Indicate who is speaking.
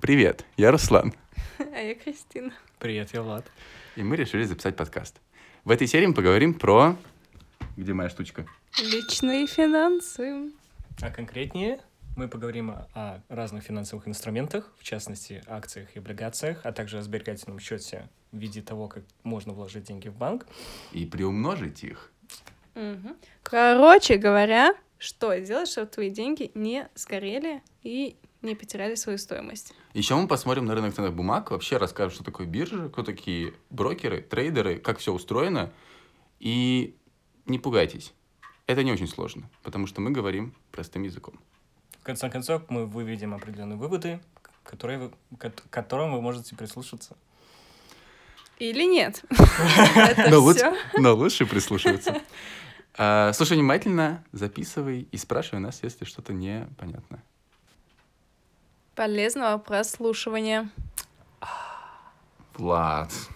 Speaker 1: Привет, я Руслан,
Speaker 2: А я Кристина.
Speaker 3: Привет, я Влад.
Speaker 1: и мы решили записать подкаст. В этой серии мы поговорим про... Где моя штучка?
Speaker 2: Личные финансы.
Speaker 3: А конкретнее мы поговорим о, о разных финансовых инструментах, в частности, акциях и облигациях, а также о сберегательном счете в виде того, как можно вложить деньги в банк.
Speaker 1: И приумножить их.
Speaker 2: Мгм. Короче говоря, что делать, чтобы твои деньги не сгорели и не потеряли свою стоимость.
Speaker 1: Еще мы посмотрим на рынок ценных бумаг, вообще расскажем, что такое биржа, кто такие брокеры, трейдеры, как все устроено. И не пугайтесь, это не очень сложно, потому что мы говорим простым языком.
Speaker 3: В конце концов, мы выведем определенные выводы, к- которые вы, к к которым вы можете прислушаться.
Speaker 2: Или нет. Это
Speaker 1: Ну, лучше-
Speaker 2: все.
Speaker 1: Но лучше прислушиваться. А, Слушай внимательно, записывай и спрашивай нас, если что-то непонятно.
Speaker 2: Полезного прослушивания.
Speaker 1: Влад,